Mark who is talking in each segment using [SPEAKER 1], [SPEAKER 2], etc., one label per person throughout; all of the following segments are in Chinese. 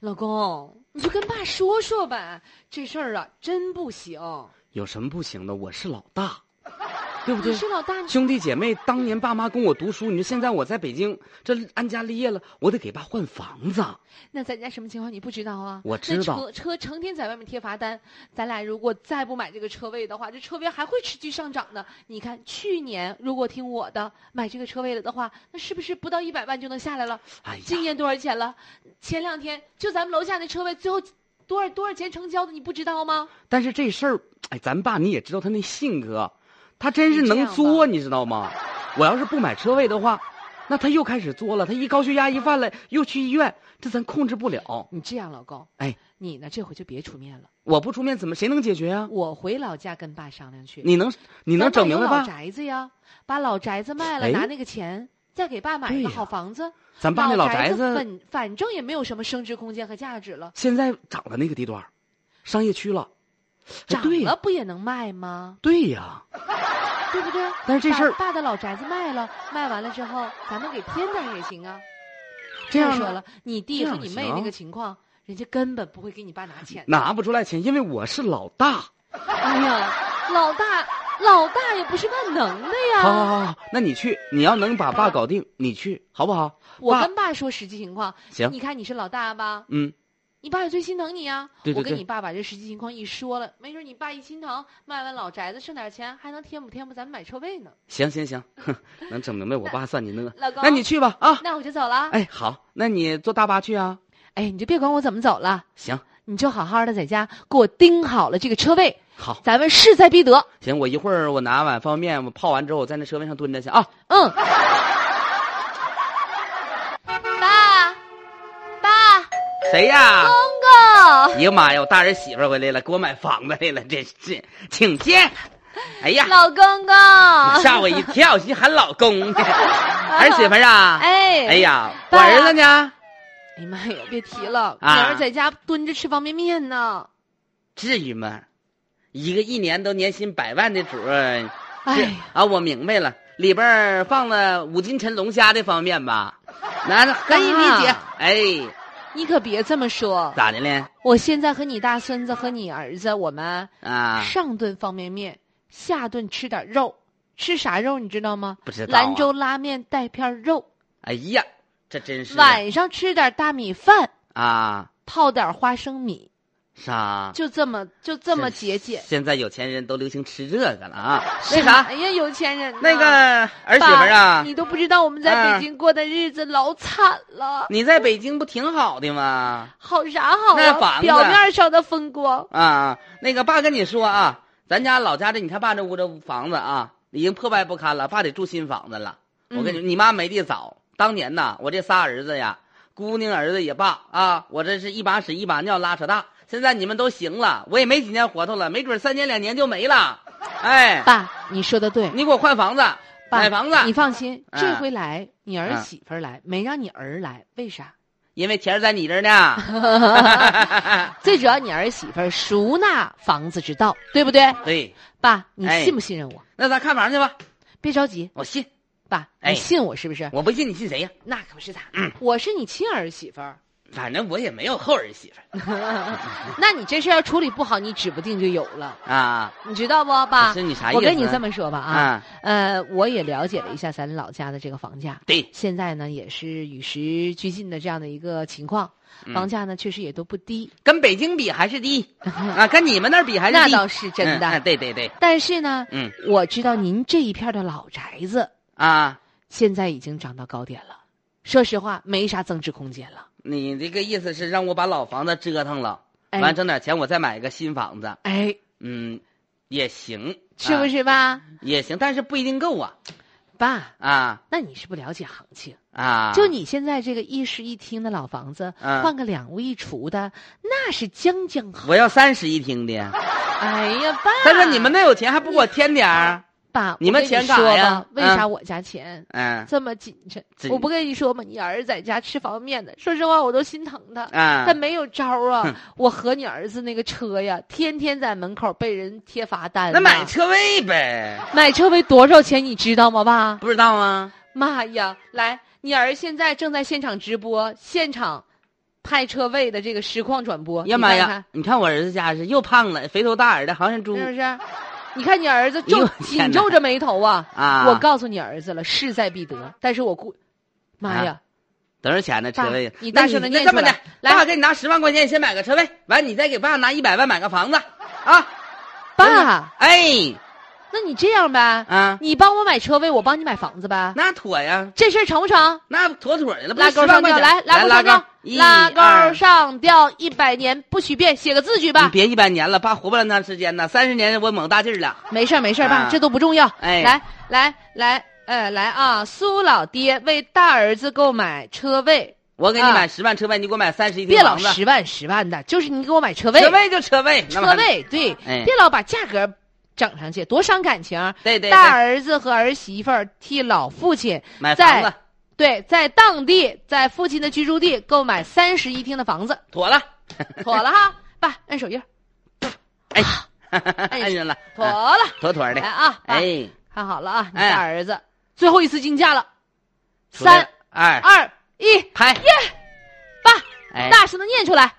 [SPEAKER 1] 老公，你就跟爸说说吧，这事儿啊真不行。
[SPEAKER 2] 有什么不行的？我是老大，对不对
[SPEAKER 1] 你？是老大，你
[SPEAKER 2] 兄弟姐妹，当年爸妈跟我读书，你说现在我在北京，这安家立业了，我得给爸换房子。
[SPEAKER 1] 那咱家什么情况你不知道啊？
[SPEAKER 2] 我
[SPEAKER 1] 那
[SPEAKER 2] 知道
[SPEAKER 1] 车车成天在外面贴罚单，咱俩如果再不买这个车位的话，这车位还会持续上涨呢。你看去年如果听我的买这个车位了的话，那是不是不到一百万就能下来了？
[SPEAKER 2] 哎呀，
[SPEAKER 1] 今年多少钱了？前两天就咱们楼下那车位最后多少多少钱成交的，你不知道吗？
[SPEAKER 2] 但是这事儿，哎，咱爸你也知道他那性格，他真是能
[SPEAKER 1] 你这
[SPEAKER 2] 作，你知道吗？我要是不买车位的话，那他又开始作了。他一高血压一犯了，又去医院，这咱控制不了。
[SPEAKER 1] 你这样，老公，
[SPEAKER 2] 哎，
[SPEAKER 1] 你呢这回就别出面了，
[SPEAKER 2] 我不出面，怎么谁能解决啊？
[SPEAKER 1] 我回老家跟爸商量去。
[SPEAKER 2] 你能你能
[SPEAKER 1] 咱
[SPEAKER 2] 整
[SPEAKER 1] 爸有
[SPEAKER 2] 明白
[SPEAKER 1] 老
[SPEAKER 2] 吧？
[SPEAKER 1] 宅子呀，把老宅子卖了，
[SPEAKER 2] 哎
[SPEAKER 1] 拿那个钱再给爸买一
[SPEAKER 2] 对
[SPEAKER 1] 个
[SPEAKER 2] 呀
[SPEAKER 1] 好房子。
[SPEAKER 2] 咱爸那老宅子
[SPEAKER 1] 反反正也没有什么升值空间和价值了，
[SPEAKER 2] 现在涨了那个地段儿，商业区了。哎，
[SPEAKER 1] 涨
[SPEAKER 2] 对
[SPEAKER 1] 了
[SPEAKER 2] 呀，
[SPEAKER 1] 不也能卖吗？
[SPEAKER 2] 对呀。
[SPEAKER 1] 对不对？
[SPEAKER 2] 但是这事儿
[SPEAKER 1] 把爸的老宅子卖了，卖完了之后，咱们给添点儿也行啊。
[SPEAKER 2] 这样
[SPEAKER 1] 再说
[SPEAKER 2] 啊
[SPEAKER 1] 了，你弟
[SPEAKER 2] 这
[SPEAKER 1] 和
[SPEAKER 2] 样
[SPEAKER 1] 你
[SPEAKER 2] 行
[SPEAKER 1] 妹那个情况，人家根本不会给你爸拿钱。
[SPEAKER 2] 拿不出来钱，因为我是老大。
[SPEAKER 1] 哎呀，老大，老大也不是万能的呀。
[SPEAKER 2] 好好好好，那你去，你要能把爸
[SPEAKER 1] 啊
[SPEAKER 2] 搞定，你去好不 好？
[SPEAKER 1] 我
[SPEAKER 2] 爸
[SPEAKER 1] 跟爸说实际情况，
[SPEAKER 2] 行，
[SPEAKER 1] 你看你是老大吧？
[SPEAKER 2] 嗯，
[SPEAKER 1] 你爸也最心疼你呀、
[SPEAKER 2] 对对
[SPEAKER 1] 我跟
[SPEAKER 2] 对
[SPEAKER 1] 你爸把这实际情况一说了，没准你爸一心疼，卖完老宅子剩点钱，还能贴补贴补咱们买车位呢。
[SPEAKER 2] 行行 行，哼，能整明白我爸算计呢。
[SPEAKER 1] 老公，
[SPEAKER 2] 那你去吧啊！
[SPEAKER 1] 那我就走了。
[SPEAKER 2] 哎，好，那你坐大巴去啊？
[SPEAKER 1] 哎，你就别管我怎么走了，
[SPEAKER 2] 行，
[SPEAKER 1] 你就好好的在家给我盯好了这个车位，
[SPEAKER 2] 好，
[SPEAKER 1] 咱们势在必得。
[SPEAKER 2] 行，我一会儿我拿碗方便面，我泡完之后我在那车位上蹲着去啊。
[SPEAKER 1] 嗯，爸，爸，
[SPEAKER 2] 谁呀？
[SPEAKER 1] 公
[SPEAKER 2] 哎呀妈呀！我大儿媳妇儿回来了，给我买房子来了，这是，请进。哎呀
[SPEAKER 1] 公，，老公公，
[SPEAKER 2] 吓我一跳，寻思喊老公呢。儿媳妇儿啊，
[SPEAKER 1] 哎，
[SPEAKER 2] 哎，呀，我
[SPEAKER 1] 爸
[SPEAKER 2] 儿子呢？
[SPEAKER 1] 哎呀妈呀，别提了，
[SPEAKER 2] 啊
[SPEAKER 1] 女儿在家蹲着吃方便面呢。
[SPEAKER 2] 至于吗？一个一年都年薪百万的主儿，
[SPEAKER 1] 哎
[SPEAKER 2] 是
[SPEAKER 1] 呀。
[SPEAKER 2] 啊，我明白了，里边儿放了五金陈龙虾的方便吧？那可以理解。
[SPEAKER 1] 啊
[SPEAKER 2] 哎，
[SPEAKER 1] 你可别这么说，
[SPEAKER 2] 咋的了？
[SPEAKER 1] 我现在和你大孙子和你儿子，我们
[SPEAKER 2] 啊，
[SPEAKER 1] 上顿方便面，下顿吃点肉，吃啥肉你知道吗？
[SPEAKER 2] 不知道、啊
[SPEAKER 1] 兰州。拉面带片肉，
[SPEAKER 2] 哎呀，这真是
[SPEAKER 1] 晚上吃点大米饭，
[SPEAKER 2] 啊，
[SPEAKER 1] 泡点花生米，
[SPEAKER 2] 啥？
[SPEAKER 1] 就这么就这么节
[SPEAKER 2] 这
[SPEAKER 1] 俭。
[SPEAKER 2] 现在有钱人都流行吃这个 了啊。那啥，
[SPEAKER 1] 哎呀，有钱人呐
[SPEAKER 2] 那个儿媳妇儿
[SPEAKER 1] 爸
[SPEAKER 2] 啊，
[SPEAKER 1] 你都不知道我们在
[SPEAKER 2] 啊
[SPEAKER 1] 北京过的日子老惨了，
[SPEAKER 2] 你在北京不挺好的吗？
[SPEAKER 1] 好啥好
[SPEAKER 2] 那房
[SPEAKER 1] 啊？
[SPEAKER 2] 子
[SPEAKER 1] 表面上的风光，
[SPEAKER 2] 啊，那个爸跟你说啊，咱家老家这，你看爸这屋这房子啊，已经破败不堪了，爸得住新房子了。
[SPEAKER 1] 嗯
[SPEAKER 2] 我跟你说，你妈没地早，当年呐，我这仨儿子呀，姑娘儿子也罢啊，我这是一把屎一把尿拉扯大。现在你们都行了，我也没几年活头了，没准三年两年就没了。哎，
[SPEAKER 1] 爸，你说的对。
[SPEAKER 2] 你给我换房子，
[SPEAKER 1] 爸
[SPEAKER 2] 买房子，
[SPEAKER 1] 你放心，
[SPEAKER 2] 嗯
[SPEAKER 1] 这回来你儿
[SPEAKER 2] 嗯
[SPEAKER 1] 媳妇儿来，没让你儿来，为啥？
[SPEAKER 2] 因为钱儿在你这儿呢。
[SPEAKER 1] 最主要你儿媳妇儿熟那房子之道，对不对？
[SPEAKER 2] 对，
[SPEAKER 1] 爸，你
[SPEAKER 2] 哎
[SPEAKER 1] 信不信任我？
[SPEAKER 2] 那咱看房去吧，
[SPEAKER 1] 别着急，
[SPEAKER 2] 我信，
[SPEAKER 1] 爸，
[SPEAKER 2] 哎
[SPEAKER 1] 你信我是不是？
[SPEAKER 2] 我不信你信谁呀？
[SPEAKER 1] 那可不是咋的，我是你亲儿媳妇儿。
[SPEAKER 2] 反正我也没有后儿媳妇
[SPEAKER 1] 那你这事儿要处理不好，你指不定就有了，
[SPEAKER 2] 儿啊。
[SPEAKER 1] 你知道不，爸
[SPEAKER 2] 是？你啥意思？
[SPEAKER 1] 我跟你这么说吧啊，
[SPEAKER 2] 啊，
[SPEAKER 1] 呃，我也了解了一下咱老家的这个房价，
[SPEAKER 2] 对，
[SPEAKER 1] 现在呢也是与时俱进的这样的一个情况，
[SPEAKER 2] 嗯
[SPEAKER 1] 房价呢确实也都不低，
[SPEAKER 2] 跟北京比还 是低啊，跟你们那儿比还是
[SPEAKER 1] 那
[SPEAKER 2] 低，
[SPEAKER 1] 倒是真的。
[SPEAKER 2] 嗯啊对对对，
[SPEAKER 1] 但是呢，
[SPEAKER 2] 嗯
[SPEAKER 1] 我知道您这一片的老宅子
[SPEAKER 2] 啊，
[SPEAKER 1] 现在已经涨到高点了，说实话没啥增值空间了。
[SPEAKER 2] 你这个意思是让我把老房子折腾了，
[SPEAKER 1] 哎
[SPEAKER 2] 完整点钱我再买个新房子，
[SPEAKER 1] 哎，
[SPEAKER 2] 嗯，也行，
[SPEAKER 1] 是不
[SPEAKER 2] 啊？
[SPEAKER 1] 是吧，
[SPEAKER 2] 也行，但是不一定够啊
[SPEAKER 1] 爸？
[SPEAKER 2] 啊
[SPEAKER 1] 那你是不了解行情，
[SPEAKER 2] 啊！
[SPEAKER 1] 就你现在这个一室一厅的老房子，
[SPEAKER 2] 嗯
[SPEAKER 1] 换个两屋一厨的，那是将将好。
[SPEAKER 2] 我要三室一厅的，
[SPEAKER 1] 哎呀，爸！
[SPEAKER 2] 但是你们那有钱还不给我添点儿？
[SPEAKER 1] 爸，
[SPEAKER 2] 你们
[SPEAKER 1] 我跟
[SPEAKER 2] 钱
[SPEAKER 1] 说
[SPEAKER 2] 干啥
[SPEAKER 1] 吧
[SPEAKER 2] 呀，
[SPEAKER 1] 为
[SPEAKER 2] 嗯
[SPEAKER 1] 啥我家钱
[SPEAKER 2] 嗯
[SPEAKER 1] 这么谨慎？
[SPEAKER 2] 这
[SPEAKER 1] 我不跟你说吗？你儿子在家吃方便面呢，说实话我都心疼他。
[SPEAKER 2] 啊
[SPEAKER 1] 但，没有招儿
[SPEAKER 2] 哼
[SPEAKER 1] 啊！我和你儿子那个车呀，天天在门口被人贴罚单呢。
[SPEAKER 2] 那买车位呗，
[SPEAKER 1] 买车位多少钱，你知道吗，爸？
[SPEAKER 2] 不知道啊？
[SPEAKER 1] 妈呀！来，你儿现在正在现场直播，现场派车位的这个实况转播。
[SPEAKER 2] 呀妈
[SPEAKER 1] 哦你看
[SPEAKER 2] 呀
[SPEAKER 1] 看！，
[SPEAKER 2] 你看我儿子家是又胖了，肥头大耳的，好像猪
[SPEAKER 1] 是不是？你看你儿子
[SPEAKER 2] 哎呦
[SPEAKER 1] 皱
[SPEAKER 2] 我天
[SPEAKER 1] 紧
[SPEAKER 2] 哪
[SPEAKER 1] 皱着眉头啊！
[SPEAKER 2] 啊！
[SPEAKER 1] 我告诉你儿子了，势在必得。但是我估，妈呀，
[SPEAKER 2] 多少钱呢？车
[SPEAKER 1] 爸
[SPEAKER 2] 位？
[SPEAKER 1] 你
[SPEAKER 2] 那
[SPEAKER 1] 大声地
[SPEAKER 2] 那
[SPEAKER 1] 念
[SPEAKER 2] 这
[SPEAKER 1] 出
[SPEAKER 2] 么的
[SPEAKER 1] 来，来
[SPEAKER 2] 爸给你拿十万块钱，你先买个车位，完你再给爸拿一百万买个房子，啊，
[SPEAKER 1] 爸，
[SPEAKER 2] 哎，
[SPEAKER 1] 那你这样呗，
[SPEAKER 2] 啊，
[SPEAKER 1] 你帮我买车位，我帮你买房子呗，
[SPEAKER 2] 那妥呀，
[SPEAKER 1] 这事儿成不成？
[SPEAKER 2] 那妥妥的了，不
[SPEAKER 1] 拉
[SPEAKER 2] 是
[SPEAKER 1] 钩
[SPEAKER 2] 10万
[SPEAKER 1] 上
[SPEAKER 2] 块
[SPEAKER 1] 吊，
[SPEAKER 2] 钱
[SPEAKER 1] 来
[SPEAKER 2] 来
[SPEAKER 1] 钩
[SPEAKER 2] 拉
[SPEAKER 1] 上
[SPEAKER 2] 钩
[SPEAKER 1] 吊，，
[SPEAKER 2] 一
[SPEAKER 1] 拉
[SPEAKER 2] 二嗯
[SPEAKER 1] 钩上吊，一百年不许变，写个字据
[SPEAKER 2] 你
[SPEAKER 1] 吧。
[SPEAKER 2] 别一百年了，爸活不了那么长时间呢，三十年我猛大劲儿了，
[SPEAKER 1] 没事儿，没事儿，
[SPEAKER 2] 啊
[SPEAKER 1] 爸，这都不重要。
[SPEAKER 2] 哎
[SPEAKER 1] 来来来，呃，来啊！苏老爹为大儿子购买车位，
[SPEAKER 2] 我给你
[SPEAKER 1] 啊
[SPEAKER 2] 买十万车位，你给我买三十一
[SPEAKER 1] 别
[SPEAKER 2] 平
[SPEAKER 1] 老
[SPEAKER 2] 房子，
[SPEAKER 1] 十万十万的，就是你给我买车位，
[SPEAKER 2] 车位就车位，那
[SPEAKER 1] 车
[SPEAKER 2] 玩意儿，
[SPEAKER 1] 位对，
[SPEAKER 2] 哎
[SPEAKER 1] 别老把价格整上去，多伤感情儿。
[SPEAKER 2] 对对
[SPEAKER 1] 大
[SPEAKER 2] 对，
[SPEAKER 1] 儿子和儿媳妇儿替老父亲
[SPEAKER 2] 买
[SPEAKER 1] 在
[SPEAKER 2] 房子
[SPEAKER 1] 对在当地在父亲的居住地购买三室一厅的 房子，
[SPEAKER 2] 妥了，
[SPEAKER 1] 妥了哈，爸按手印儿，
[SPEAKER 2] 哎，
[SPEAKER 1] 哎
[SPEAKER 2] 按上了，
[SPEAKER 1] 妥
[SPEAKER 2] 啊
[SPEAKER 1] 了，
[SPEAKER 2] 妥妥
[SPEAKER 1] 来
[SPEAKER 2] 的，
[SPEAKER 1] 啊，爸
[SPEAKER 2] 哎，
[SPEAKER 1] 看好了啊，你
[SPEAKER 2] 哎
[SPEAKER 1] 大儿子最后一次竞价了，
[SPEAKER 2] 出来
[SPEAKER 1] 三
[SPEAKER 2] 了二
[SPEAKER 1] 二一，
[SPEAKER 2] 拍，
[SPEAKER 1] 爸，
[SPEAKER 2] 哎。
[SPEAKER 1] 大声的念出来，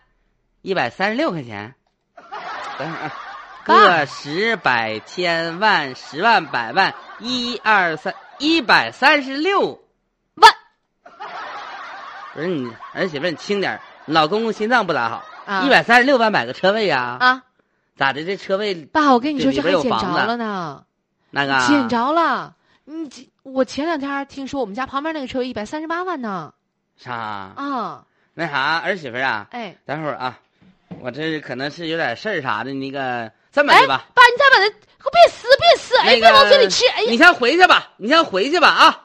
[SPEAKER 2] 一百三十六块钱。 等会儿啊，
[SPEAKER 1] 爸
[SPEAKER 2] 个十百千万十万百万一二三一百三十六。
[SPEAKER 1] 万
[SPEAKER 2] 不是你儿媳妇儿，你轻点儿你老公公心脏不咋好。
[SPEAKER 1] 啊
[SPEAKER 2] 一百三十六万买个车位呀、
[SPEAKER 1] 啊！
[SPEAKER 2] 咋的？这车位
[SPEAKER 1] 爸，我跟你
[SPEAKER 2] 这
[SPEAKER 1] 说，
[SPEAKER 2] 里
[SPEAKER 1] 这还
[SPEAKER 2] 边有
[SPEAKER 1] 捡
[SPEAKER 2] 房
[SPEAKER 1] 着
[SPEAKER 2] 子
[SPEAKER 1] 了呢，
[SPEAKER 2] 那个啊
[SPEAKER 1] 捡着了。你这我前两天听说我们家旁边那个车位一百三十八万呢，
[SPEAKER 2] 啥？
[SPEAKER 1] 啊，
[SPEAKER 2] 那啥，儿媳妇儿啊，
[SPEAKER 1] 哎，
[SPEAKER 2] 待会儿啊，我这可能是有点事儿啥的。那个这么
[SPEAKER 1] 哎，
[SPEAKER 2] 的吧，
[SPEAKER 1] 爸，你咋把它给我别撕，别撕，哎，
[SPEAKER 2] 那个
[SPEAKER 1] 别往嘴里吃，哎呀，
[SPEAKER 2] 你先回去吧，你先回去吧啊！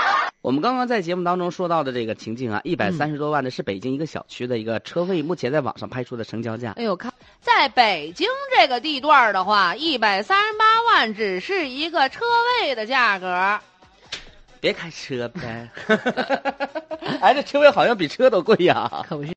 [SPEAKER 2] 我们刚刚在节目当中说到的这个情境啊，一百三十多万的是北京一个小区的一个车位，目前在网上拍出的成交价。
[SPEAKER 1] 哎呦，看，在北京这个地段儿的话，一百三十八万只是一个车位的价格。
[SPEAKER 2] 别开车呗，哎，这车位好像比车都贵呀、
[SPEAKER 1] 可不是。